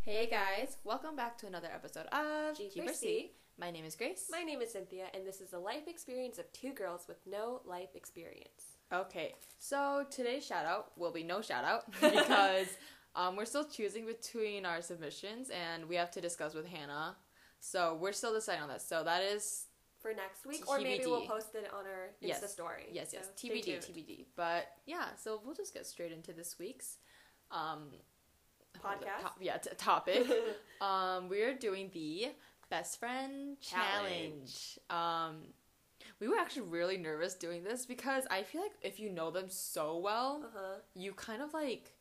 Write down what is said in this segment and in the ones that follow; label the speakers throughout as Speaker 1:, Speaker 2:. Speaker 1: Hey guys, welcome back to another episode of
Speaker 2: G4C.
Speaker 1: My name is Grace.
Speaker 2: My name is Cynthia, and this is a life experience of two girls with no life experience.
Speaker 1: okay, so today's shout out will be no shout out because um, we're still choosing between our submissions and we have to discuss with Hannah. So we're still deciding on that. So that is,
Speaker 2: For next week, or maybe
Speaker 1: TBD.
Speaker 2: we'll post it on our Insta
Speaker 1: Yes.
Speaker 2: story.
Speaker 1: yes, yes,
Speaker 2: So stay
Speaker 1: TBD,
Speaker 2: tuned.
Speaker 1: TBD. But yeah, so we'll just get straight into this week's um, hold up,
Speaker 2: Podcast?
Speaker 1: top- yeah, t- topic. um, we're doing the best friend challenge.
Speaker 2: Challenge.
Speaker 1: Um, we were actually really nervous doing this because I feel like if you know them so well,
Speaker 2: uh-huh.
Speaker 1: you kind of like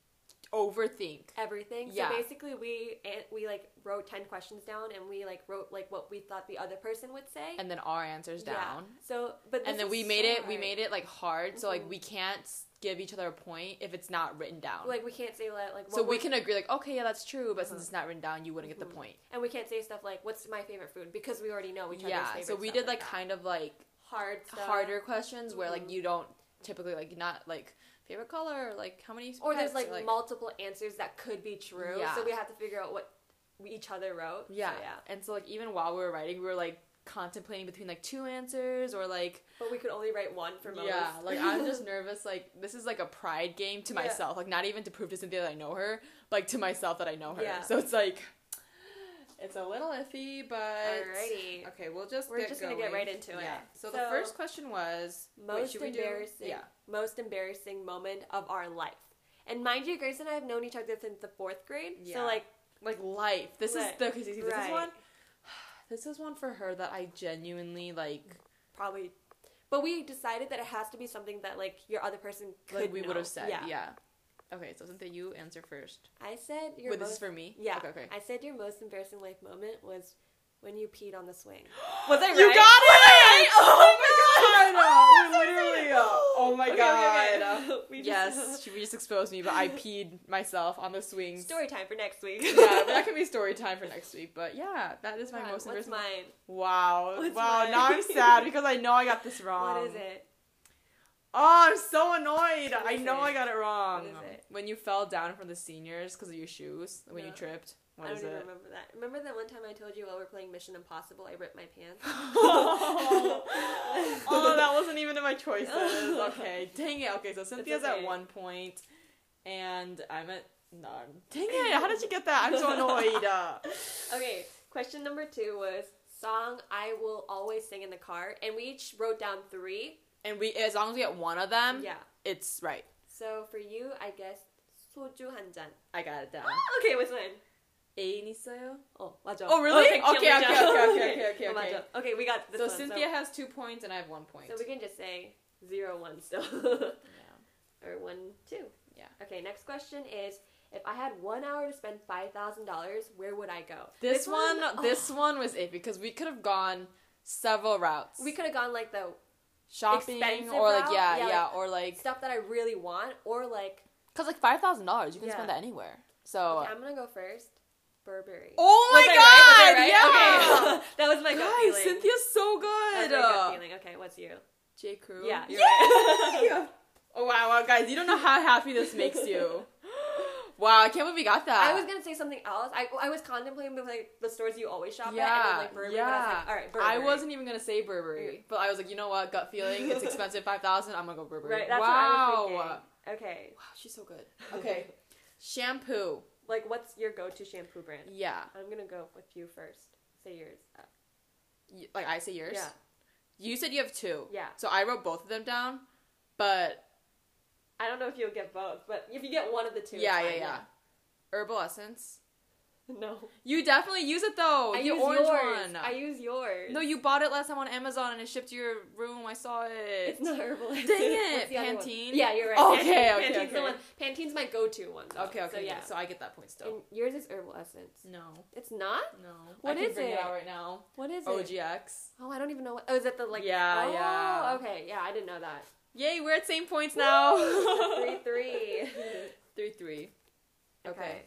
Speaker 1: overthink.
Speaker 2: Everything.
Speaker 1: Yeah.
Speaker 2: So basically, we and we like wrote ten questions down, and we like wrote like what we thought the other person would say.
Speaker 1: And then our answers
Speaker 2: Yeah.
Speaker 1: down,
Speaker 2: So, but
Speaker 1: and
Speaker 2: this
Speaker 1: then
Speaker 2: is
Speaker 1: we made
Speaker 2: so
Speaker 1: it. We
Speaker 2: hard.
Speaker 1: made it like hard, so like
Speaker 2: Mhm.
Speaker 1: we can't s- give each other a point if it's not written down.
Speaker 2: like we can't say like like
Speaker 1: so
Speaker 2: what
Speaker 1: we
Speaker 2: would-
Speaker 1: can agree, like okay, yeah, that's true, but since
Speaker 2: Uh-huh.
Speaker 1: it's not written down, you wouldn't get
Speaker 2: Mhm.
Speaker 1: the point.
Speaker 2: and we can't say stuff like what's my favorite food because we already know each other's
Speaker 1: Yeah,
Speaker 2: favorite
Speaker 1: so we
Speaker 2: stuff
Speaker 1: did like
Speaker 2: that.
Speaker 1: kind of like
Speaker 2: hard stuff.
Speaker 1: harder questions where like
Speaker 2: Mhm.
Speaker 1: you don't typically like not like favorite color or, like how many
Speaker 2: or there's
Speaker 1: pets,
Speaker 2: like, multiple answers that could be true.
Speaker 1: Yeah.
Speaker 2: So we have to figure out what we each other wrote. So,
Speaker 1: yeah.
Speaker 2: yeah.
Speaker 1: and so like even while we were writing we were like contemplating between like two answers or like
Speaker 2: But we could only write one for most.
Speaker 1: yeah like i'm just nervous like this is like a pride game to
Speaker 2: Yeah.
Speaker 1: myself like not even to prove to cynthia that i know her but, like to myself that i know her
Speaker 2: Yeah.
Speaker 1: so it's like it's a little iffy but
Speaker 2: Alrighty.
Speaker 1: okay we'll just
Speaker 2: We're
Speaker 1: get
Speaker 2: just gonna get
Speaker 1: going.
Speaker 2: right into it.
Speaker 1: yeah. so, the
Speaker 2: So,
Speaker 1: first question was wait,
Speaker 2: Most
Speaker 1: should we do-
Speaker 2: embarrassing.
Speaker 1: yeah
Speaker 2: Most embarrassing moment of our life. And mind you, Grace and I have known each other since the fourth grade.
Speaker 1: Yeah.
Speaker 2: So like
Speaker 1: like life. This is
Speaker 2: Right.
Speaker 1: the because this is
Speaker 2: Right.
Speaker 1: one. This is one for her that I genuinely like.
Speaker 2: probably but we decided that it has to be something that like your other person could
Speaker 1: Like we would
Speaker 2: know.
Speaker 1: have said, yeah. Okay, so Cynthia, you answer first.
Speaker 2: I said your
Speaker 1: Wait, this
Speaker 2: most
Speaker 1: is for me.
Speaker 2: Yeah.
Speaker 1: Okay. okay.
Speaker 2: I said your most embarrassing life moment was when you peed on the swing.
Speaker 1: Was I You
Speaker 2: right?
Speaker 1: got it! Oh my god!
Speaker 2: Oh,
Speaker 1: We
Speaker 2: I'm so
Speaker 1: literally.
Speaker 2: excited.
Speaker 1: uh, Oh my
Speaker 2: Okay, okay,
Speaker 1: god!
Speaker 2: okay. We just-
Speaker 1: yes, she we just exposed me, but I peed myself on the swings.
Speaker 2: Story time for next week.
Speaker 1: yeah, but that can be story time for next week. But yeah, that is my
Speaker 2: Come on,
Speaker 1: most
Speaker 2: What's
Speaker 1: embarrassing.
Speaker 2: mine?
Speaker 1: Wow!
Speaker 2: What's
Speaker 1: wow! Now I'm
Speaker 2: mine?
Speaker 1: sad because I know I got this wrong.
Speaker 2: what is it?
Speaker 1: Oh, I'm so annoyed.
Speaker 2: What
Speaker 1: I
Speaker 2: is
Speaker 1: know I
Speaker 2: it?
Speaker 1: got it wrong.
Speaker 2: What is it?
Speaker 1: When you fell down from the seniors because of your shoes, when you
Speaker 2: No.
Speaker 1: tripped.
Speaker 2: I
Speaker 1: What
Speaker 2: don't
Speaker 1: is
Speaker 2: even
Speaker 1: it?
Speaker 2: remember that. Remember that one time I told you while we were playing Mission Impossible, I ripped my pants.
Speaker 1: oh, that wasn't even in my choices. Okay, dang it. Okay, so Cynthia's at
Speaker 2: okay.
Speaker 1: one point, and I'm at none. Dang it! How did you get that? I'm so annoyed. Uh,
Speaker 2: okay, question number two was song I will always sing in the car, and we each wrote down three.
Speaker 1: and we, as long as we get one of them,
Speaker 2: yeah.
Speaker 1: it's right.
Speaker 2: So for you, I guess 소주 한 잔.
Speaker 1: I got it down.
Speaker 2: Okay, what's mine?
Speaker 1: A 있어요?
Speaker 2: Oh, 맞아.
Speaker 1: Oh, really?
Speaker 2: Okay,
Speaker 1: Okay,
Speaker 2: 기억나죠?
Speaker 1: okay, okay, okay, okay, okay,
Speaker 2: 어, Oh, 맞아.
Speaker 1: okay.
Speaker 2: Okay, we got this
Speaker 1: So
Speaker 2: one.
Speaker 1: Cynthia has two points, and I have one point.
Speaker 2: so, so we can just say zero one still,
Speaker 1: Yeah.
Speaker 2: or one two.
Speaker 1: Yeah.
Speaker 2: Okay. Next question is. If I had one hour to spend five thousand dollars, where would I go?
Speaker 1: This, one,
Speaker 2: oh.
Speaker 1: this one was iffy because we could have gone several routes.
Speaker 2: We could have gone like the
Speaker 1: shopping
Speaker 2: expensive
Speaker 1: or like
Speaker 2: route?
Speaker 1: yeah, yeah,
Speaker 2: Yeah, like-
Speaker 1: or like
Speaker 2: stuff that I really want, or like
Speaker 1: because like five thousand dollars you can
Speaker 2: Yeah.
Speaker 1: spend that anywhere. So uh,
Speaker 2: okay, I'm gonna go first. Burberry.
Speaker 1: oh
Speaker 2: Was I right? Was I right?
Speaker 1: yeah,
Speaker 2: Okay. that was my gut
Speaker 1: guys,
Speaker 2: feeling.
Speaker 1: Cynthia's so
Speaker 2: that was
Speaker 1: good.
Speaker 2: my gut
Speaker 1: Uh,
Speaker 2: feeling. Okay, what's you?
Speaker 1: J Crew,
Speaker 2: Yeah,
Speaker 1: you're
Speaker 2: yeah.
Speaker 1: right. oh wow, wow, guys, you don't know how happy this makes you. Wow, I can't believe we got that.
Speaker 2: I was gonna say something else. I, I was contemplating the, like the stores you always shop at, and
Speaker 1: yeah,
Speaker 2: then, like Burberry. But I was
Speaker 1: yeah.
Speaker 2: like, all right, Burberry.
Speaker 1: I wasn't even gonna say Burberry, but I was like, you know what, gut feeling, it's expensive, five thousand. I'm gonna go Burberry.
Speaker 2: right. That's
Speaker 1: wow.
Speaker 2: what I was thinking. Okay,
Speaker 1: Wow, she's so good. Okay. Shampoo.
Speaker 2: like what's your go-to shampoo brand?
Speaker 1: Yeah.
Speaker 2: I'm gonna go with you first. Say yours. Uh,
Speaker 1: Y- Like I say yours.
Speaker 2: Yeah.
Speaker 1: You said you have two.
Speaker 2: Yeah.
Speaker 1: So I wrote both of them down, but
Speaker 2: I don't know if you'll get both, but if you get one of the two,
Speaker 1: yeah,
Speaker 2: it's
Speaker 1: yeah, yeah,
Speaker 2: fine,
Speaker 1: Herbal essence.
Speaker 2: yeah. No,
Speaker 1: You definitely use it though.
Speaker 2: I
Speaker 1: the
Speaker 2: use
Speaker 1: orange
Speaker 2: yours.
Speaker 1: one.
Speaker 2: I use yours.
Speaker 1: no, you bought it last time on Amazon and it shipped to your room. I saw it.
Speaker 2: It's not Herbalife.
Speaker 1: Dang it,
Speaker 2: What's the other one?
Speaker 1: Pantene?
Speaker 2: Yeah, you're right.
Speaker 1: Okay,
Speaker 2: Pantene.
Speaker 1: okay,
Speaker 2: Pantene's
Speaker 1: okay.
Speaker 2: the one. Pantene's my go-to one. Though.
Speaker 1: okay, okay.
Speaker 2: So yeah.
Speaker 1: So Mm. I get that point still.
Speaker 2: And yours is herbal essence.
Speaker 1: no,
Speaker 2: It's not.
Speaker 1: no.
Speaker 2: What
Speaker 1: I can
Speaker 2: is
Speaker 1: bring it?
Speaker 2: it?
Speaker 1: out right now.
Speaker 2: What is it?
Speaker 1: OGX.
Speaker 2: Oh, I don't even know. What, oh, is it the like?
Speaker 1: Yeah,
Speaker 2: oh,
Speaker 1: yeah.
Speaker 2: Okay. Yeah, I didn't know that.
Speaker 1: Yay, we're at same points now.
Speaker 2: three three.
Speaker 1: three, three. okay.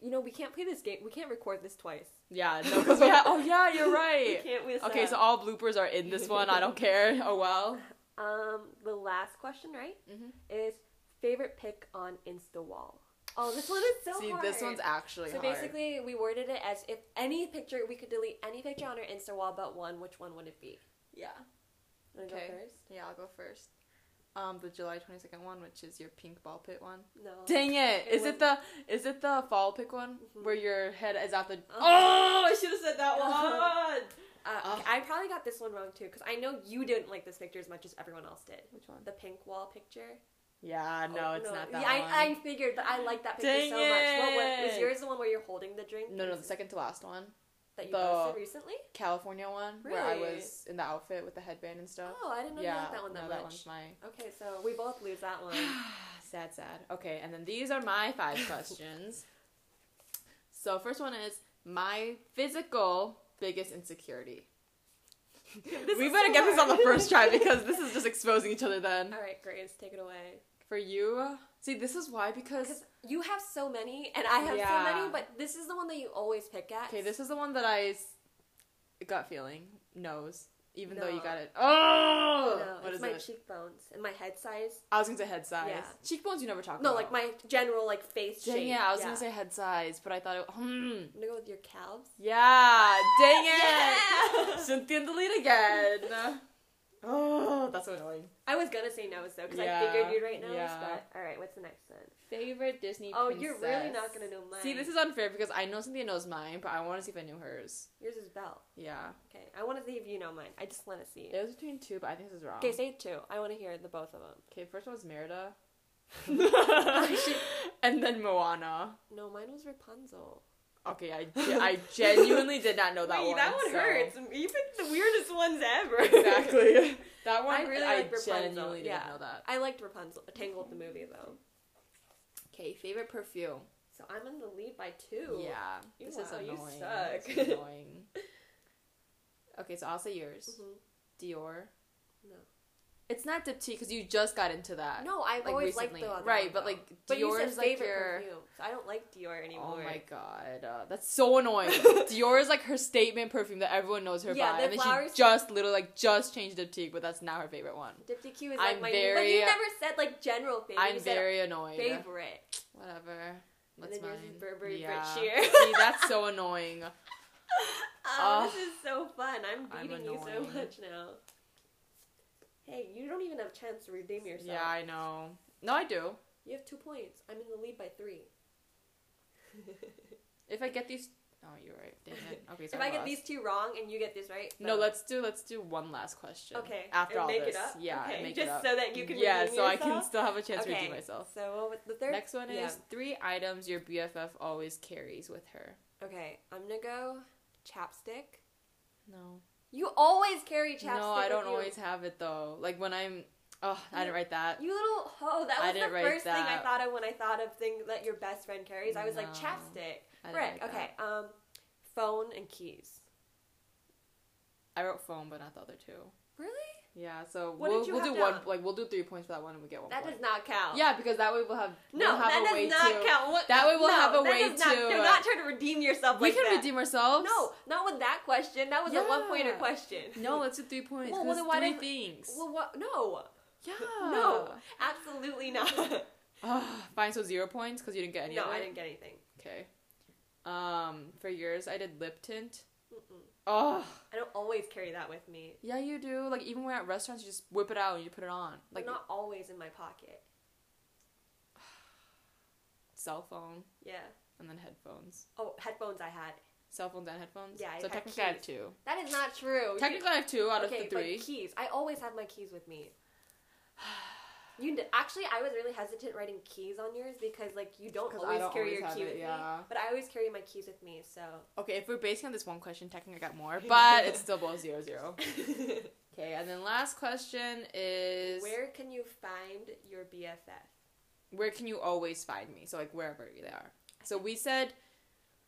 Speaker 2: You know we can't play this game. We can't record this twice.
Speaker 1: Yeah, no, because we ha- oh yeah, you're
Speaker 2: We
Speaker 1: right.
Speaker 2: can't miss
Speaker 1: Okay,
Speaker 2: that.
Speaker 1: so all bloopers are in this one. I don't care. Oh well.
Speaker 2: um, the last question, right,
Speaker 1: Mhm.
Speaker 2: is favorite pick on Insta wall. Oh, this one is so
Speaker 1: See,
Speaker 2: hard.
Speaker 1: this one's actually
Speaker 2: So
Speaker 1: hard.
Speaker 2: basically, we worded it as if any picture we could delete any picture on our Insta wall but one. Which one would it be?
Speaker 1: yeah.
Speaker 2: Wanna go
Speaker 1: Okay.
Speaker 2: first?
Speaker 1: Yeah, I'll go first. Um, the July twenty second one, which is your pink ball pit one.
Speaker 2: No.
Speaker 1: Dang it!
Speaker 2: Oh, It
Speaker 1: Is it the is it the fall pick one
Speaker 2: Mhm.
Speaker 1: where your head is out the?
Speaker 2: Uh-huh.
Speaker 1: Oh, I should have said that
Speaker 2: Uh-huh.
Speaker 1: one.
Speaker 2: Uh,
Speaker 1: Ugh.
Speaker 2: I probably got this one wrong too because I know you didn't like this picture as much as everyone else did.
Speaker 1: Which one?
Speaker 2: The pink wall picture.
Speaker 1: Yeah, Uh, no,
Speaker 2: Oh,
Speaker 1: it's not that
Speaker 2: yeah,
Speaker 1: one.
Speaker 2: I, I figured, but I like that picture
Speaker 1: Dang
Speaker 2: so much. What was, was
Speaker 1: it.
Speaker 2: yours the one where you're holding the drink?
Speaker 1: no, no, the second to last one,
Speaker 2: that you
Speaker 1: the-
Speaker 2: posted recently.
Speaker 1: California one, where I
Speaker 2: Really?
Speaker 1: was in the outfit with the headband and stuff.
Speaker 2: Oh, I didn't know you
Speaker 1: yeah,
Speaker 2: liked that one that
Speaker 1: no,
Speaker 2: much.
Speaker 1: that one's my
Speaker 2: Okay, so we both lose that one.
Speaker 1: sad, sad. Okay, and then these are my five questions. So first one is my physical biggest insecurity.
Speaker 2: This
Speaker 1: we
Speaker 2: is
Speaker 1: better
Speaker 2: so
Speaker 1: get this on the
Speaker 2: hard.
Speaker 1: first try because this is just exposing each other. Then
Speaker 2: All right, Grace, take it away.
Speaker 1: for you, see, this is why because
Speaker 2: Because you have so many, and I have
Speaker 1: Yeah.
Speaker 2: so many, but this is the one that you always pick at.
Speaker 1: okay, this is the one that I s- gut feeling knows, even though you
Speaker 2: No.
Speaker 1: got it.
Speaker 2: Oh,
Speaker 1: Oh,
Speaker 2: no,
Speaker 1: what
Speaker 2: it's
Speaker 1: is
Speaker 2: my
Speaker 1: it?
Speaker 2: cheekbones and my head size.
Speaker 1: I was gonna say head size.
Speaker 2: Yeah.
Speaker 1: Cheekbones, you never talk
Speaker 2: No,
Speaker 1: about.
Speaker 2: like my general like face
Speaker 1: Dang,
Speaker 2: shape.
Speaker 1: Uh-huh. yeah, I was gonna say head size, but I thought it. Hmm.
Speaker 2: I'm gonna go with your calves.
Speaker 1: Yeah, dang
Speaker 2: Yeah!
Speaker 1: it! Cynthia, delete again. Oh, that's so annoying.
Speaker 2: I was gonna say nose though, because I
Speaker 1: Yeah,
Speaker 2: figured you'd write nose.
Speaker 1: yeah.
Speaker 2: But all right, what's the next one?
Speaker 1: Favorite Disney.
Speaker 2: Oh, you're really not gonna know mine.
Speaker 1: See, this is unfair because I know Cynthia knows mine, but I want to see if I knew hers.
Speaker 2: yours is Belle.
Speaker 1: Yeah,
Speaker 2: Okay, I want to see if you know mine. I just want to see.
Speaker 1: it was between two, but I think this is wrong.
Speaker 2: Okay, say two. I want to hear the both of them.
Speaker 1: Okay, first one was Merida, and then Moana.
Speaker 2: No, mine was Rapunzel.
Speaker 1: Okay, I, ge- I genuinely did not know that one. so-
Speaker 2: Even the weirdest ones ever.
Speaker 1: Exactly. That one
Speaker 2: I really
Speaker 1: I
Speaker 2: like Rapunzel,
Speaker 1: genuinely
Speaker 2: yeah.
Speaker 1: didn't know that.
Speaker 2: I liked Rapunzel. Tangled the movie though.
Speaker 1: Okay, favorite perfume.
Speaker 2: So I'm in the lead by two.
Speaker 1: Yeah,
Speaker 2: You-
Speaker 1: this is
Speaker 2: wow, you
Speaker 1: annoying.
Speaker 2: suck.
Speaker 1: This is annoying. okay, so I'll say yours.
Speaker 2: Mhm.
Speaker 1: Dior.
Speaker 2: No.
Speaker 1: It's not Diptyque because you just got into that.
Speaker 2: No, I've
Speaker 1: Uh, like
Speaker 2: always
Speaker 1: recently,
Speaker 2: liked the other
Speaker 1: right?
Speaker 2: one,
Speaker 1: but
Speaker 2: though.
Speaker 1: like
Speaker 2: But you
Speaker 1: Dior
Speaker 2: said
Speaker 1: is like
Speaker 2: favorite
Speaker 1: your.
Speaker 2: perfume. So I don't like Dior anymore.
Speaker 1: Oh my god, uh, that's so annoying. Dior is like her statement perfume that everyone knows her
Speaker 2: Yeah,
Speaker 1: by,
Speaker 2: the
Speaker 1: and then
Speaker 2: flowers-
Speaker 1: she just literally like just changed Diptyque, but that's now her favorite one.
Speaker 2: Diptyque is like
Speaker 1: I'm
Speaker 2: my but
Speaker 1: very- uh,
Speaker 2: you never said like general favorite.
Speaker 1: I'm
Speaker 2: you said
Speaker 1: very annoyed.
Speaker 2: favorite.
Speaker 1: Whatever.
Speaker 2: And
Speaker 1: That's
Speaker 2: then yours is
Speaker 1: mine.
Speaker 2: Burberry
Speaker 1: yeah.
Speaker 2: Brit Shear.
Speaker 1: See, that's so annoying.
Speaker 2: Oh,
Speaker 1: Ugh.
Speaker 2: this is so fun. I'm
Speaker 1: uh, I'm
Speaker 2: beating you so
Speaker 1: annoying.
Speaker 2: much now. Hey, you don't even have a chance to redeem yourself.
Speaker 1: Yeah, I know. No, I do.
Speaker 2: You have two points. I'm in the lead by three.
Speaker 1: If I get these, oh, you're right. Damn it. Okay, so
Speaker 2: if I get
Speaker 1: lost.
Speaker 2: these two wrong and you get this right,
Speaker 1: No,
Speaker 2: then-
Speaker 1: let's do let's do one last question.
Speaker 2: Okay.
Speaker 1: After
Speaker 2: and
Speaker 1: all
Speaker 2: make
Speaker 1: this,
Speaker 2: it up.
Speaker 1: yeah,
Speaker 2: Okay.
Speaker 1: and make
Speaker 2: Just
Speaker 1: it up.
Speaker 2: so that you can
Speaker 1: yeah,
Speaker 2: redeem
Speaker 1: so I can
Speaker 2: yourself?
Speaker 1: still have a chance to
Speaker 2: Okay.
Speaker 1: redeem myself.
Speaker 2: So what was the third?
Speaker 1: Next one is
Speaker 2: yeah.
Speaker 1: three items your BFF always carries with her.
Speaker 2: Okay, I'm gonna go chapstick.
Speaker 1: No,
Speaker 2: You always carry chapstick.
Speaker 1: no, I
Speaker 2: with
Speaker 1: don't
Speaker 2: you.
Speaker 1: always have it though. Like when I'm, oh, I didn't write that.
Speaker 2: You little hoe. That
Speaker 1: I
Speaker 2: was
Speaker 1: didn't
Speaker 2: the
Speaker 1: write
Speaker 2: first thing I
Speaker 1: that.
Speaker 2: thought of when I thought of thing that your best friend carries. I was like
Speaker 1: No.
Speaker 2: chapstick.
Speaker 1: I didn't
Speaker 2: Frick.
Speaker 1: write
Speaker 2: Okay. Um, phone and keys.
Speaker 1: that. I wrote phone, but not the other two.
Speaker 2: Really?
Speaker 1: Yeah, so
Speaker 2: What did
Speaker 1: we'll
Speaker 2: you
Speaker 1: we'll
Speaker 2: have
Speaker 1: do
Speaker 2: down?
Speaker 1: one like we'll do three points for that one and we get one
Speaker 2: That
Speaker 1: point.
Speaker 2: does not count.
Speaker 1: Yeah, because that way we'll have
Speaker 2: No,
Speaker 1: we'll have
Speaker 2: that
Speaker 1: a way
Speaker 2: does not
Speaker 1: to,
Speaker 2: count. What-
Speaker 1: That way we'll
Speaker 2: no,
Speaker 1: have a
Speaker 2: that
Speaker 1: way
Speaker 2: does not-
Speaker 1: to,
Speaker 2: Do
Speaker 1: uh,
Speaker 2: not try to redeem yourself
Speaker 1: We
Speaker 2: like
Speaker 1: can
Speaker 2: that.
Speaker 1: redeem ourselves.
Speaker 2: No, not with that question. That was a one pointer
Speaker 1: Yeah.
Speaker 2: question.
Speaker 1: No, let's do three points.
Speaker 2: Well,
Speaker 1: Well,
Speaker 2: well, then why
Speaker 1: three
Speaker 2: don't-
Speaker 1: things.
Speaker 2: Well, what? No.
Speaker 1: yeah.
Speaker 2: No. Absolutely not.
Speaker 1: Ugh, Ah, fine. So zero points because you didn't get any.
Speaker 2: no,
Speaker 1: of it?
Speaker 2: I didn't get anything.
Speaker 1: Okay. Um, for yours, I did lip tint.
Speaker 2: Mm-mm.
Speaker 1: Oh,
Speaker 2: I don't always carry that with me.
Speaker 1: yeah, you do. Like even when at restaurants, you just whip it out and you put it on.
Speaker 2: Like
Speaker 1: Like
Speaker 2: not always in my pocket.
Speaker 1: cell phone
Speaker 2: Yeah.
Speaker 1: and then headphones.
Speaker 2: Oh, headphones I had.
Speaker 1: Cell phones and headphones.
Speaker 2: Yeah, I
Speaker 1: So
Speaker 2: had
Speaker 1: technically, I have
Speaker 2: keys.
Speaker 1: two.
Speaker 2: That is not true. You-
Speaker 1: Technically, I have two out of
Speaker 2: okay,
Speaker 1: the three.
Speaker 2: But keys. I always have my keys with me. You d- actually, I was really hesitant writing keys on yours because like you don't
Speaker 1: 'Cause I
Speaker 2: always
Speaker 1: don't
Speaker 2: carry
Speaker 1: always
Speaker 2: your
Speaker 1: have
Speaker 2: key
Speaker 1: it,
Speaker 2: with me,
Speaker 1: yeah.
Speaker 2: but I always carry my keys with me. So
Speaker 1: Okay, if we're basing on this one question, technically, I got more, but it's still both zero zero. Okay, and then last question is
Speaker 2: where can you find your BFF?
Speaker 1: where can you always find me? So like wherever they are. So we said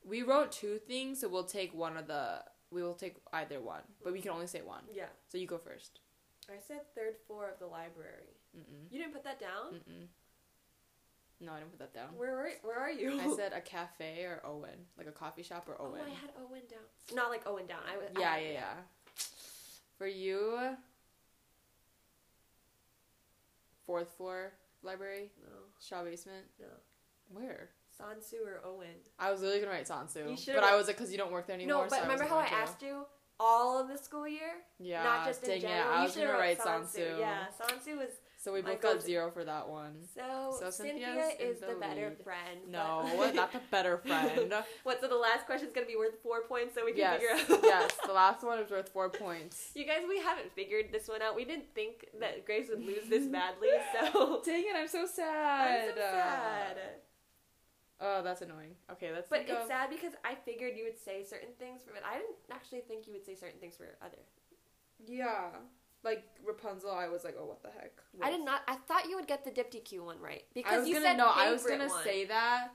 Speaker 1: we wrote two things, so we'll take one of the we will take either one, but we can only say one.
Speaker 2: Yeah,
Speaker 1: So you go first.
Speaker 2: I said third floor of the library.
Speaker 1: Mm-mm.
Speaker 2: You didn't put that down.
Speaker 1: Mm-mm. No, I didn't put that down.
Speaker 2: Where are, where are you?
Speaker 1: I said a cafe or Owen, like a coffee shop or
Speaker 2: Oh,
Speaker 1: Owen.
Speaker 2: I had Owen down. Not like Owen down. I was.
Speaker 1: yeah,
Speaker 2: I,
Speaker 1: yeah, yeah. For you, fourth floor library,
Speaker 2: No,
Speaker 1: shop basement.
Speaker 2: No.
Speaker 1: Where?
Speaker 2: Sansu or Owen.
Speaker 1: I was literally gonna write Sansu,
Speaker 2: You should've
Speaker 1: but I
Speaker 2: wrote-
Speaker 1: was like, because you don't work there anymore.
Speaker 2: no, but
Speaker 1: so
Speaker 2: remember
Speaker 1: wasn't
Speaker 2: how I
Speaker 1: going to.
Speaker 2: asked you all of the school year,
Speaker 1: Yeah,
Speaker 2: not just in
Speaker 1: dang
Speaker 2: general.
Speaker 1: it, I
Speaker 2: You
Speaker 1: was
Speaker 2: should've
Speaker 1: gonna
Speaker 2: wrote
Speaker 1: write Sansu.
Speaker 2: Yeah, Sansu was
Speaker 1: So we
Speaker 2: My
Speaker 1: both got
Speaker 2: go-to-
Speaker 1: zero for that one.
Speaker 2: so.
Speaker 1: So
Speaker 2: Cynthia
Speaker 1: Cynthia's in
Speaker 2: is
Speaker 1: the
Speaker 2: the, better
Speaker 1: lead.
Speaker 2: friend. but-
Speaker 1: No, not the better friend.
Speaker 2: What? So the last question's gonna be worth four points, so we can
Speaker 1: yes,
Speaker 2: figure out.
Speaker 1: yes. The last one is worth four points.
Speaker 2: You guys, we haven't figured this one out. We didn't think that Grace would lose this badly, so
Speaker 1: Dang it! I'm so
Speaker 2: I'm
Speaker 1: sad. Uh,
Speaker 2: so sad.
Speaker 1: Oh, that's annoying. Okay, let's
Speaker 2: But
Speaker 1: think
Speaker 2: it's
Speaker 1: of-
Speaker 2: sad because I figured you would say certain things for it. I didn't actually think you would say certain things for other.
Speaker 1: Yeah, like Rapunzel. I was like, oh, what the heck?
Speaker 2: I did not. I thought you would get the Diptyque one right because
Speaker 1: I was
Speaker 2: you
Speaker 1: gonna
Speaker 2: said
Speaker 1: no. I was
Speaker 2: favorite
Speaker 1: gonna
Speaker 2: one.
Speaker 1: say that,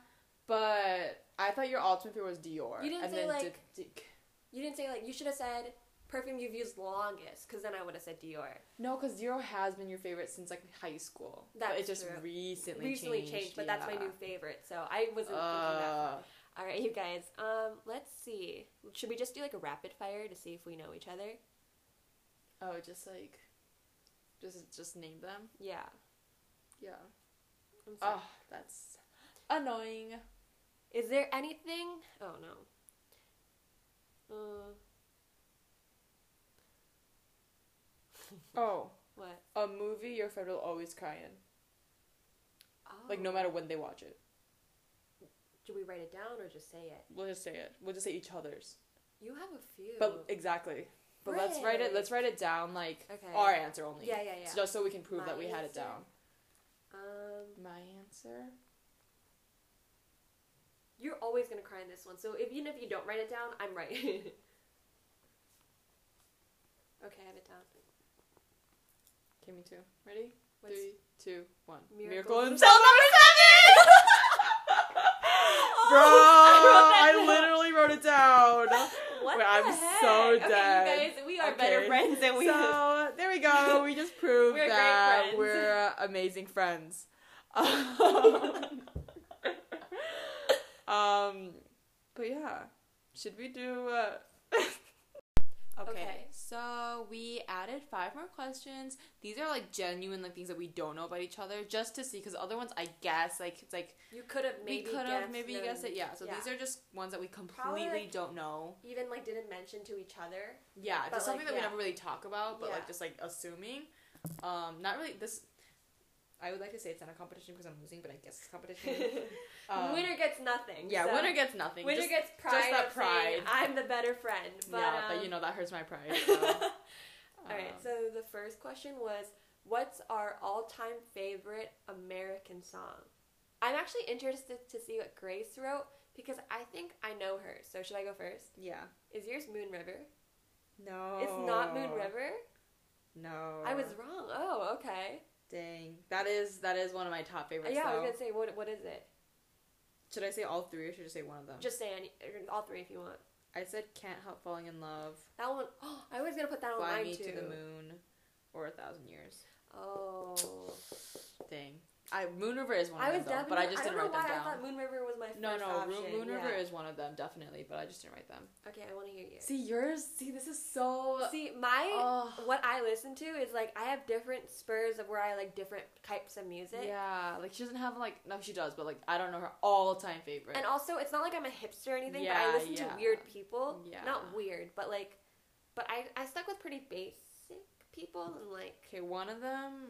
Speaker 1: but I thought your ultimate favorite was Dior.
Speaker 2: You didn't
Speaker 1: and
Speaker 2: say,
Speaker 1: then
Speaker 2: like-
Speaker 1: Diptyque.
Speaker 2: you didn't say like you should have said perfume you've used longest because then I would have said Dior.
Speaker 1: No, because Dior has been your favorite since like high school. but it
Speaker 2: That's
Speaker 1: just
Speaker 2: true.
Speaker 1: recently
Speaker 2: Recently
Speaker 1: changed.
Speaker 2: changed, but that's my
Speaker 1: yeah.
Speaker 2: new favorite. So I wasn't thinking that.
Speaker 1: Uh,
Speaker 2: All right, you guys. Um, let's see. Should we just do like a rapid fire to see if we know each other?
Speaker 1: oh, just like, just just name them.
Speaker 2: Yeah.
Speaker 1: Yeah.
Speaker 2: I'm sorry.
Speaker 1: Oh, that's annoying.
Speaker 2: Is there anything? Oh no. Uh,
Speaker 1: Oh,
Speaker 2: what?
Speaker 1: a movie your friend will always cry in,
Speaker 2: Oh.
Speaker 1: like no matter when they watch it.
Speaker 2: Do we write it down or just say it?
Speaker 1: We'll just say it. We'll just say each other's.
Speaker 2: You have a few.
Speaker 1: But exactly. But let's write it.
Speaker 2: Right.
Speaker 1: Let's write it down. Like
Speaker 2: Okay.
Speaker 1: our answer only.
Speaker 2: yeah, yeah, yeah.
Speaker 1: So- just so we can prove
Speaker 2: My
Speaker 1: that we had it
Speaker 2: answer?
Speaker 1: down.
Speaker 2: um,
Speaker 1: My answer.
Speaker 2: you're always gonna cry in this one. So if, even if you don't write it down, I'm right. okay, I have it down.
Speaker 1: Okay, me too. Ready?
Speaker 2: What's-
Speaker 1: Three, two, one.
Speaker 2: Miracle
Speaker 1: Miracle
Speaker 2: in
Speaker 1: in Cell Number Seven. Bro, Oh, I,
Speaker 2: Oh, wrote that down.
Speaker 1: literally wrote it down.
Speaker 2: What
Speaker 1: Wait,
Speaker 2: the
Speaker 1: I'm
Speaker 2: heck?
Speaker 1: so
Speaker 2: okay,
Speaker 1: dead.
Speaker 2: You guys, we are better
Speaker 1: Okay.
Speaker 2: friends than we.
Speaker 1: so there we go. We just proved
Speaker 2: We're great
Speaker 1: that
Speaker 2: friends.
Speaker 1: we're uh, amazing friends. um, but yeah, should we do? Uh... okay.
Speaker 2: Okay.
Speaker 1: so we added five more questions. These are like genuine like things that we don't know about each other, just to see. Because other ones, I guess, like it's like
Speaker 2: you could have
Speaker 1: we
Speaker 2: maybe
Speaker 1: could have
Speaker 2: guessed
Speaker 1: maybe
Speaker 2: them.
Speaker 1: guessed it. Yeah. So
Speaker 2: Yeah.
Speaker 1: these are just ones that we
Speaker 2: Probably,
Speaker 1: completely
Speaker 2: like-
Speaker 1: don't know.
Speaker 2: even like didn't mention to each other.
Speaker 1: Yeah,
Speaker 2: But,
Speaker 1: just something
Speaker 2: like,
Speaker 1: that
Speaker 2: yeah.
Speaker 1: we never really talk about, but
Speaker 2: Yeah.
Speaker 1: like just like assuming. Um, not really this. I would like to say it's not a competition because I'm losing, but I guess it's competition. Um,
Speaker 2: winner gets nothing.
Speaker 1: Yeah,
Speaker 2: so-
Speaker 1: winner gets nothing.
Speaker 2: winner
Speaker 1: just,
Speaker 2: gets pride.
Speaker 1: that
Speaker 2: of
Speaker 1: pride.
Speaker 2: saying, I'm the better friend. But,
Speaker 1: yeah,
Speaker 2: um,
Speaker 1: but you know that hurts my pride. So,
Speaker 2: All right.
Speaker 1: um,
Speaker 2: So the first question was, what's our all-time favorite American song? I'm actually interested to see what Grace wrote because I think I know her. So should I go first?
Speaker 1: yeah.
Speaker 2: Is yours Moon River?
Speaker 1: No.
Speaker 2: It's not Moon
Speaker 1: Oh.
Speaker 2: River.
Speaker 1: No.
Speaker 2: I was wrong. Oh, okay.
Speaker 1: Dang, that is that is one of my top favorites.
Speaker 2: yeah, I
Speaker 1: though.
Speaker 2: was gonna say what what is it?
Speaker 1: Should I say all three or should I say one of them?
Speaker 2: Just say any, or all three if you want.
Speaker 1: I said can't help falling in love.
Speaker 2: That one oh I was gonna put that on
Speaker 1: Fly
Speaker 2: mine
Speaker 1: me
Speaker 2: too.
Speaker 1: to the moon, or a thousand years.
Speaker 2: Oh.
Speaker 1: Thing. I Moon River is one of
Speaker 2: I
Speaker 1: them,
Speaker 2: was
Speaker 1: though,
Speaker 2: definitely.
Speaker 1: but I just didn't
Speaker 2: don't
Speaker 1: write
Speaker 2: know
Speaker 1: them
Speaker 2: why I
Speaker 1: down.
Speaker 2: thought Moon River was my first
Speaker 1: No, no,
Speaker 2: option.
Speaker 1: Moon River
Speaker 2: yeah.
Speaker 1: is one of them definitely, but I just didn't write them.
Speaker 2: Okay, I want to hear you.
Speaker 1: See yours. See, this is so.
Speaker 2: See, my
Speaker 1: oh,
Speaker 2: what I listen to is like I have different spurs of where I like different types of music.
Speaker 1: yeah, like she doesn't have like no, she does, but like I don't know her all time favorite.
Speaker 2: And also, it's not like I'm a hipster or anything, but I
Speaker 1: Yeah,
Speaker 2: listen
Speaker 1: yeah.
Speaker 2: to weird people.
Speaker 1: Yeah.
Speaker 2: Not weird, but like, but I I stuck with pretty basic people and like.
Speaker 1: okay, one of them.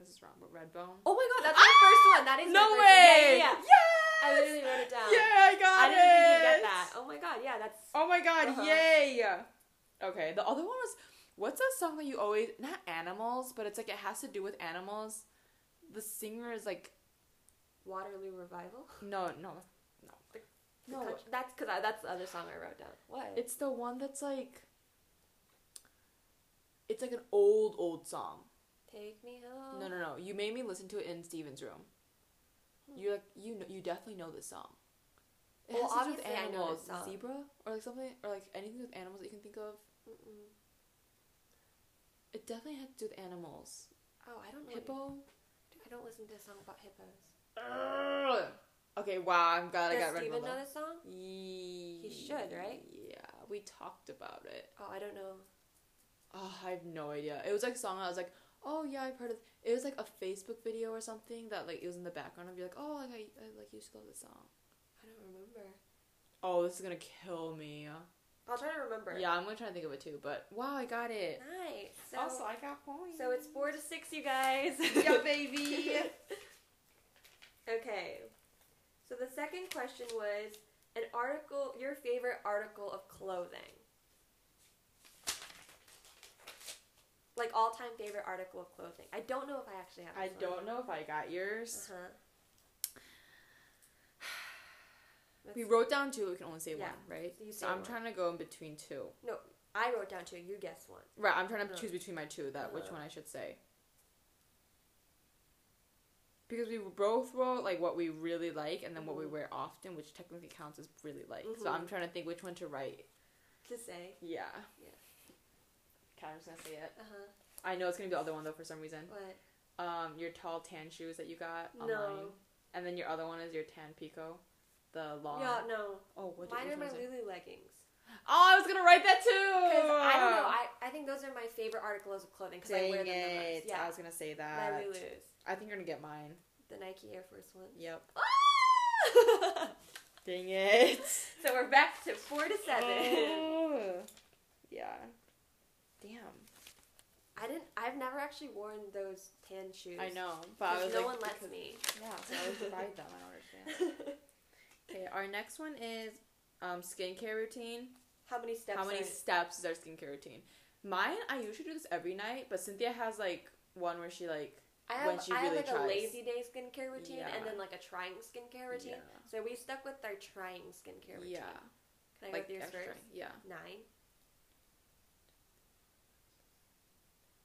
Speaker 1: This is wrong, but Redbone.
Speaker 2: Oh my god, that's my first one. That is my
Speaker 1: Ah! no
Speaker 2: first one. Yeah,
Speaker 1: way!
Speaker 2: Yeah, yeah,
Speaker 1: Yes!
Speaker 2: I literally wrote it down.
Speaker 1: Yeah, I got
Speaker 2: I
Speaker 1: it.
Speaker 2: didn't think you get that. Oh my god, yeah, that's
Speaker 1: Oh my god!
Speaker 2: Uh-huh.
Speaker 1: Yay! Okay, the other one was what's that song that you always not animals, but it's like it has to do with animals. The singer is like
Speaker 2: Waterloo Revival.
Speaker 1: no, no,
Speaker 2: The
Speaker 1: No.
Speaker 2: country- that's because that's the other song I wrote down. What?
Speaker 1: It's the one that's like. It's like an old, old song.
Speaker 2: Take me home.
Speaker 1: No, no, no. You made me listen to it in Steven's room. You're like, you know, you definitely know this song. Hmm. It
Speaker 2: Well,
Speaker 1: has to do with
Speaker 2: obviously I know
Speaker 1: animals,
Speaker 2: this song.
Speaker 1: zebra, or like something, or like anything with animals that you can think of.
Speaker 2: Mm-mm.
Speaker 1: It definitely had to do with animals.
Speaker 2: Oh, I don't know.
Speaker 1: Hippo.
Speaker 2: I don't listen to a song about hippos.
Speaker 1: Ugh. Okay, wow. I'm glad I
Speaker 2: Does
Speaker 1: got rid of
Speaker 2: Steven know
Speaker 1: it.
Speaker 2: this song?
Speaker 1: He
Speaker 2: should, right?
Speaker 1: Yeah, we talked about it.
Speaker 2: Oh, I don't know.
Speaker 1: Ah, Oh, I have no idea. It was like a song I was like, oh yeah, I've heard of. It was like a Facebook video or something that like it was in the background and be like, oh, like I, I like used to love this song.
Speaker 2: I don't remember.
Speaker 1: Oh, this is gonna kill me.
Speaker 2: I'll try to remember.
Speaker 1: Yeah, I'm gonna try to think of it too. But wow, I got it.
Speaker 2: Nice. So,
Speaker 1: also, I got points.
Speaker 2: so it's four to six, you guys.
Speaker 1: yeah, baby.
Speaker 2: okay. So the second question was an article, your favorite article of clothing. Like all time favorite article of clothing. I don't know if I actually have.
Speaker 1: I don't know if I got yours.
Speaker 2: Uh huh.
Speaker 1: We wrote down two. We can only say one,
Speaker 2: Uh-huh. Yeah,
Speaker 1: right?
Speaker 2: you
Speaker 1: So
Speaker 2: say
Speaker 1: I'm
Speaker 2: one.
Speaker 1: trying to go in between two.
Speaker 2: I wrote down two. You guessed one.
Speaker 1: Right, I'm trying to
Speaker 2: Uh-huh.
Speaker 1: choose between my two. That which
Speaker 2: Uh-huh.
Speaker 1: one I should say. Because we both wrote like what we really like and then what we
Speaker 2: Mhm.
Speaker 1: wear often, which technically counts as really like. So
Speaker 2: Mhm.
Speaker 1: I'm trying to think which one to write.
Speaker 2: To say.
Speaker 1: Mm-hmm. Yeah.
Speaker 2: Yeah.
Speaker 1: Okay, I'm just gonna say it.
Speaker 2: Uh huh.
Speaker 1: I know it's gonna be the other one though for some reason.
Speaker 2: What?
Speaker 1: Um, your tall tan shoes that you got online,
Speaker 2: No.
Speaker 1: and then your other one is your tan pico, the long.
Speaker 2: Yeah. No.
Speaker 1: Oh, what?
Speaker 2: Mine
Speaker 1: which
Speaker 2: are
Speaker 1: one
Speaker 2: my
Speaker 1: was it?
Speaker 2: Lulu leggings.
Speaker 1: Oh, I was gonna write that too.
Speaker 2: Because I don't know. I, I think those are my favorite articles of clothing because I
Speaker 1: Dang
Speaker 2: wear them the
Speaker 1: it!
Speaker 2: most. Yeah,
Speaker 1: I was gonna say that.
Speaker 2: my Lulus,
Speaker 1: I think you're gonna get mine.
Speaker 2: the Nike Air Force ones.
Speaker 1: Yep.
Speaker 2: Ah!
Speaker 1: Dang it.
Speaker 2: so we're back to four to seven.
Speaker 1: Oh. Yeah. Damn.
Speaker 2: I didn't. I've never actually worn those tan shoes.
Speaker 1: I know, but I
Speaker 2: 'Cause
Speaker 1: was
Speaker 2: no
Speaker 1: like,
Speaker 2: one lets
Speaker 1: because-
Speaker 2: me.
Speaker 1: Yeah, so I would divide them. I don't understand. Okay, our next one is um, skincare routine.
Speaker 2: How many steps?
Speaker 1: How many
Speaker 2: are-
Speaker 1: steps is our skincare routine? Mine, I usually do this every night, but Cynthia has like one where she like
Speaker 2: I have,
Speaker 1: when she
Speaker 2: I have
Speaker 1: really
Speaker 2: like a
Speaker 1: tries.
Speaker 2: lazy day skincare routine
Speaker 1: Yeah.
Speaker 2: and then like a trying skincare routine.
Speaker 1: Yeah.
Speaker 2: So we stuck with our trying skincare routine.
Speaker 1: yeah,
Speaker 2: Can
Speaker 1: like
Speaker 2: I go with yours
Speaker 1: extra.
Speaker 2: first?
Speaker 1: Yeah,
Speaker 2: Nine,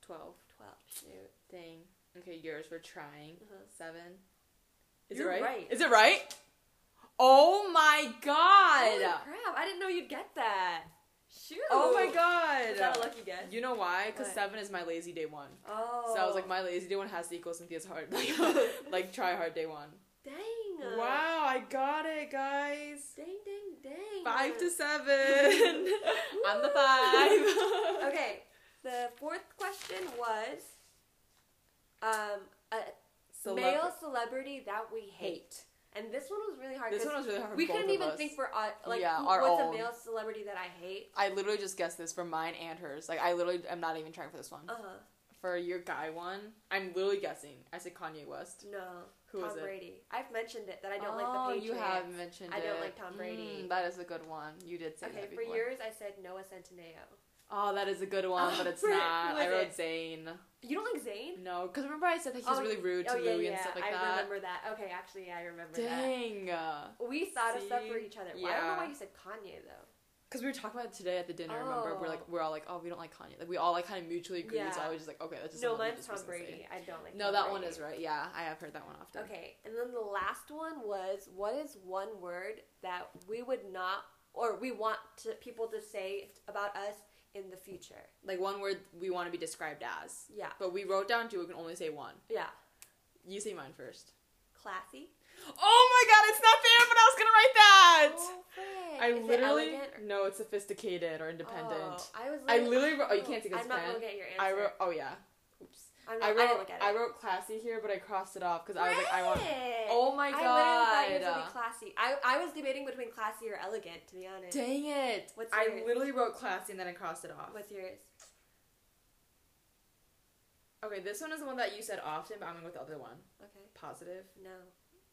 Speaker 1: twelve.
Speaker 2: twelve. Shoot.
Speaker 1: Dang. Okay, yours. We're trying
Speaker 2: Uh-huh.
Speaker 1: seven. Is
Speaker 2: You're
Speaker 1: it right?
Speaker 2: right.
Speaker 1: Is it right? Oh my
Speaker 2: Holy
Speaker 1: god!
Speaker 2: crap! I didn't know you'd get that. Shoot.
Speaker 1: Oh my
Speaker 2: Is that a
Speaker 1: god!
Speaker 2: lucky guess?
Speaker 1: You know why? Because
Speaker 2: What?
Speaker 1: seven is my lazy day one.
Speaker 2: Oh.
Speaker 1: So I was like, my lazy day one has to equal Cynthia's hard, like, like try hard day one.
Speaker 2: Dang.
Speaker 1: Wow, I got it, guys.
Speaker 2: Dang, dang, dang.
Speaker 1: Five to seven. I'm the five.
Speaker 2: okay. The fourth question was, um, a
Speaker 1: Celebr-
Speaker 2: male celebrity that we hate,
Speaker 1: hate.
Speaker 2: and this one was really hard.
Speaker 1: This
Speaker 2: 'cause
Speaker 1: one was really hard. For
Speaker 2: we
Speaker 1: both
Speaker 2: couldn't
Speaker 1: of
Speaker 2: even
Speaker 1: us.
Speaker 2: think for uh, like
Speaker 1: Yeah,
Speaker 2: who-
Speaker 1: our
Speaker 2: what's
Speaker 1: own.
Speaker 2: a male celebrity that I hate.
Speaker 1: I literally just guessed this for mine and hers. Like I literally am not even trying for this one.
Speaker 2: Uh huh.
Speaker 1: For your guy one, I'm literally guessing. I said Kanye West.
Speaker 2: No.
Speaker 1: Who
Speaker 2: Tom
Speaker 1: is it?
Speaker 2: Brady. I've mentioned it that I don't
Speaker 1: Oh,
Speaker 2: like the Patriots.
Speaker 1: You have mentioned.
Speaker 2: I don't
Speaker 1: it.
Speaker 2: like Tom Brady.
Speaker 1: Mm, that is a good one. You did say
Speaker 2: Okay,
Speaker 1: that
Speaker 2: for
Speaker 1: before.
Speaker 2: yours I said Noah Centineo.
Speaker 1: oh, that is a good one,
Speaker 2: Oh,
Speaker 1: but it's
Speaker 2: for-
Speaker 1: not.
Speaker 2: who
Speaker 1: I
Speaker 2: is
Speaker 1: wrote
Speaker 2: it?
Speaker 1: Zayn.
Speaker 2: You don't like Zayn?
Speaker 1: No, because remember I said that he was
Speaker 2: Oh,
Speaker 1: really rude to
Speaker 2: oh yeah,
Speaker 1: Louis
Speaker 2: yeah.
Speaker 1: and stuff like
Speaker 2: I
Speaker 1: that.
Speaker 2: remember that. Okay, actually, yeah, I remember that.
Speaker 1: Dang.
Speaker 2: We thought of stuff for
Speaker 1: See?
Speaker 2: each other. Well, I don't know
Speaker 1: Yeah.
Speaker 2: why you said Kanye though.
Speaker 1: Because we were talking about it today at the dinner. Remember, we're like,
Speaker 2: Oh.
Speaker 1: we're all like, oh, we don't like Kanye. Like we all like kind of mutually agreed. So
Speaker 2: Yeah.
Speaker 1: I was just like, okay, that's just
Speaker 2: no,
Speaker 1: something we
Speaker 2: mine's
Speaker 1: just
Speaker 2: Tom
Speaker 1: recently
Speaker 2: Brady.
Speaker 1: said.
Speaker 2: I don't like.
Speaker 1: No,
Speaker 2: Tom
Speaker 1: that
Speaker 2: Brady.
Speaker 1: one is right. Yeah, I have heard that one often.
Speaker 2: Okay, and then the last one was what is one word that we would not or we want to, people to say about us in the future?
Speaker 1: Like one word we want to be described as,
Speaker 2: Yeah,
Speaker 1: but we wrote down two. We can only say one.
Speaker 2: yeah,
Speaker 1: You say mine first.
Speaker 2: classy.
Speaker 1: Oh my god, it's not there, but I was gonna write that.
Speaker 2: Oh, frick.
Speaker 1: I
Speaker 2: Is it
Speaker 1: literally
Speaker 2: elegant or-
Speaker 1: no, it's sophisticated or independent.
Speaker 2: Oh, I was.
Speaker 1: I literally wrote- oh, you can't see this
Speaker 2: I'm not gonna
Speaker 1: pen.
Speaker 2: get your answer.
Speaker 1: I wrote. Oh yeah. Oops.
Speaker 2: I'm not,
Speaker 1: I
Speaker 2: I
Speaker 1: wrote.
Speaker 2: didn't look at it.
Speaker 1: I wrote classy here, but I crossed it off because I was like, I want.
Speaker 2: Frick.
Speaker 1: Oh my
Speaker 2: I literally thought yours would
Speaker 1: God.
Speaker 2: be classy. I, I was debating between classy or elegant, to be honest.
Speaker 1: Dang it!
Speaker 2: What's
Speaker 1: I
Speaker 2: yours?
Speaker 1: literally wrote classy and then I crossed it off.
Speaker 2: What's yours?
Speaker 1: Okay, this one is the one that you said often, but I'm gonna go with the other one.
Speaker 2: Okay.
Speaker 1: Positive.
Speaker 2: No.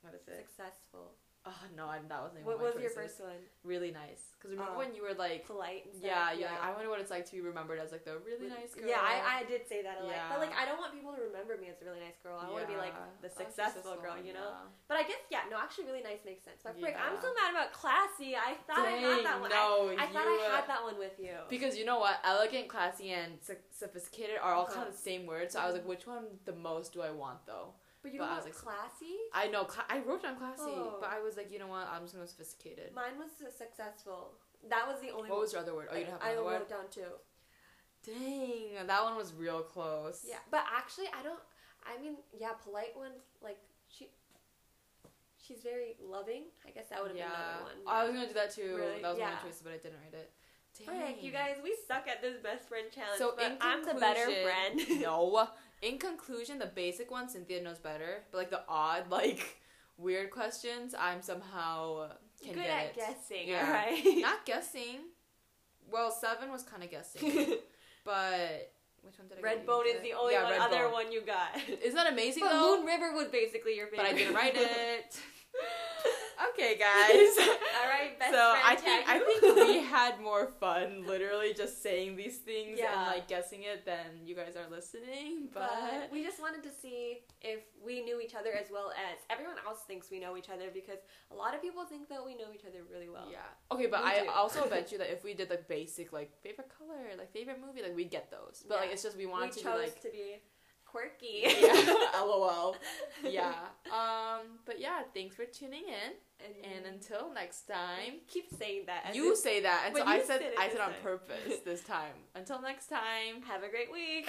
Speaker 1: What is it?
Speaker 2: Successful.
Speaker 1: Oh no, I, that wasn't. Even
Speaker 2: What
Speaker 1: one of
Speaker 2: was
Speaker 1: my
Speaker 2: your
Speaker 1: choices.
Speaker 2: first one?
Speaker 1: Really nice. Because remember
Speaker 2: Oh.
Speaker 1: when you were like,
Speaker 2: Polite. And stuff?
Speaker 1: yeah, yeah, I wonder what it's like to be remembered as like the really nice girl.
Speaker 2: Yeah, I, I did say that a lot.
Speaker 1: Yeah.
Speaker 2: But, like, I don't want people to remember me as a really nice girl. I want to be, like,
Speaker 1: Yeah.
Speaker 2: the
Speaker 1: Oh,
Speaker 2: successful, girl,
Speaker 1: one,
Speaker 2: you know?
Speaker 1: yeah.
Speaker 2: But I guess, yeah, no, actually, really nice makes sense. But, frick, I'm
Speaker 1: Yeah.
Speaker 2: so mad about classy. I thought I had that
Speaker 1: Dang,
Speaker 2: one.
Speaker 1: no,
Speaker 2: I, I thought
Speaker 1: you, uh,
Speaker 2: I had that one with you.
Speaker 1: Because you know what, elegant, classy, and so- sophisticated are all kind
Speaker 2: Uh-huh.
Speaker 1: of the same word. So I was like, which one the most do I want though?
Speaker 2: but you
Speaker 1: but I
Speaker 2: know
Speaker 1: was
Speaker 2: what?
Speaker 1: like-
Speaker 2: Classy?
Speaker 1: I know cla I wrote down classy,
Speaker 2: Oh.
Speaker 1: but I was like, you know what, I'm just gonna go sophisticated.
Speaker 2: Mine was su- successful. That was the only
Speaker 1: What
Speaker 2: one.
Speaker 1: was your other word? Oh, you didn't have
Speaker 2: I, I
Speaker 1: another word.
Speaker 2: wrote down two.
Speaker 1: Dang, that one was real close.
Speaker 2: Yeah, but actually, I don't. I mean, yeah, polite one. Like she, she's very loving. I guess that would have
Speaker 1: Yeah. Oh,
Speaker 2: been another one.
Speaker 1: I was gonna do that too. That was
Speaker 2: Really?
Speaker 1: one of
Speaker 2: Yeah. Oh,
Speaker 1: my choices, but I didn't write it. Dang.
Speaker 2: Frick, you guys, we suck at this best friend challenge.
Speaker 1: So
Speaker 2: but
Speaker 1: in
Speaker 2: I'm the better
Speaker 1: conclusion-
Speaker 2: friend.
Speaker 1: no. in conclusion, the basic one Cynthia knows better, but like the odd, like weird questions, I'm somehow can
Speaker 2: Good
Speaker 1: get
Speaker 2: at
Speaker 1: it.
Speaker 2: guessing,
Speaker 1: Yeah.
Speaker 2: alright?
Speaker 1: Not guessing. Well, seven was kind of guessing, but which one did I? get? You
Speaker 2: Redbone
Speaker 1: did
Speaker 2: is the
Speaker 1: it?
Speaker 2: only
Speaker 1: Yeah,
Speaker 2: one, other
Speaker 1: Redbone.
Speaker 2: one you got.
Speaker 1: Isn't that amazing
Speaker 2: but
Speaker 1: though?
Speaker 2: Moon River was basically your
Speaker 1: but
Speaker 2: favorite.
Speaker 1: I didn't write it. okay, guys.
Speaker 2: All right, best
Speaker 1: so
Speaker 2: friend
Speaker 1: I think I
Speaker 2: tag you.
Speaker 1: think we had more fun, literally just saying these things
Speaker 2: Yeah.
Speaker 1: and like guessing it than you guys are listening.
Speaker 2: But
Speaker 1: But,
Speaker 2: we just wanted to see if we knew each other as well as everyone else thinks we know each other because a lot of people think that we know each other really well.
Speaker 1: yeah, okay. But
Speaker 2: we
Speaker 1: I
Speaker 2: do.
Speaker 1: also bet you that if we did like basic like favorite color, like favorite movie, like we get those. But like
Speaker 2: Yeah.
Speaker 1: it's just we
Speaker 2: we
Speaker 1: wanted
Speaker 2: chose
Speaker 1: to be like
Speaker 2: to be quirky.
Speaker 1: yeah, lol. Yeah. Um. But yeah, thanks for tuning in,
Speaker 2: and,
Speaker 1: and until next time.
Speaker 2: keep saying that. as
Speaker 1: You
Speaker 2: if-
Speaker 1: say that, and so
Speaker 2: But you
Speaker 1: I said
Speaker 2: said it
Speaker 1: I
Speaker 2: this
Speaker 1: said on
Speaker 2: time.
Speaker 1: purpose this time. Until next time.
Speaker 2: have a great week.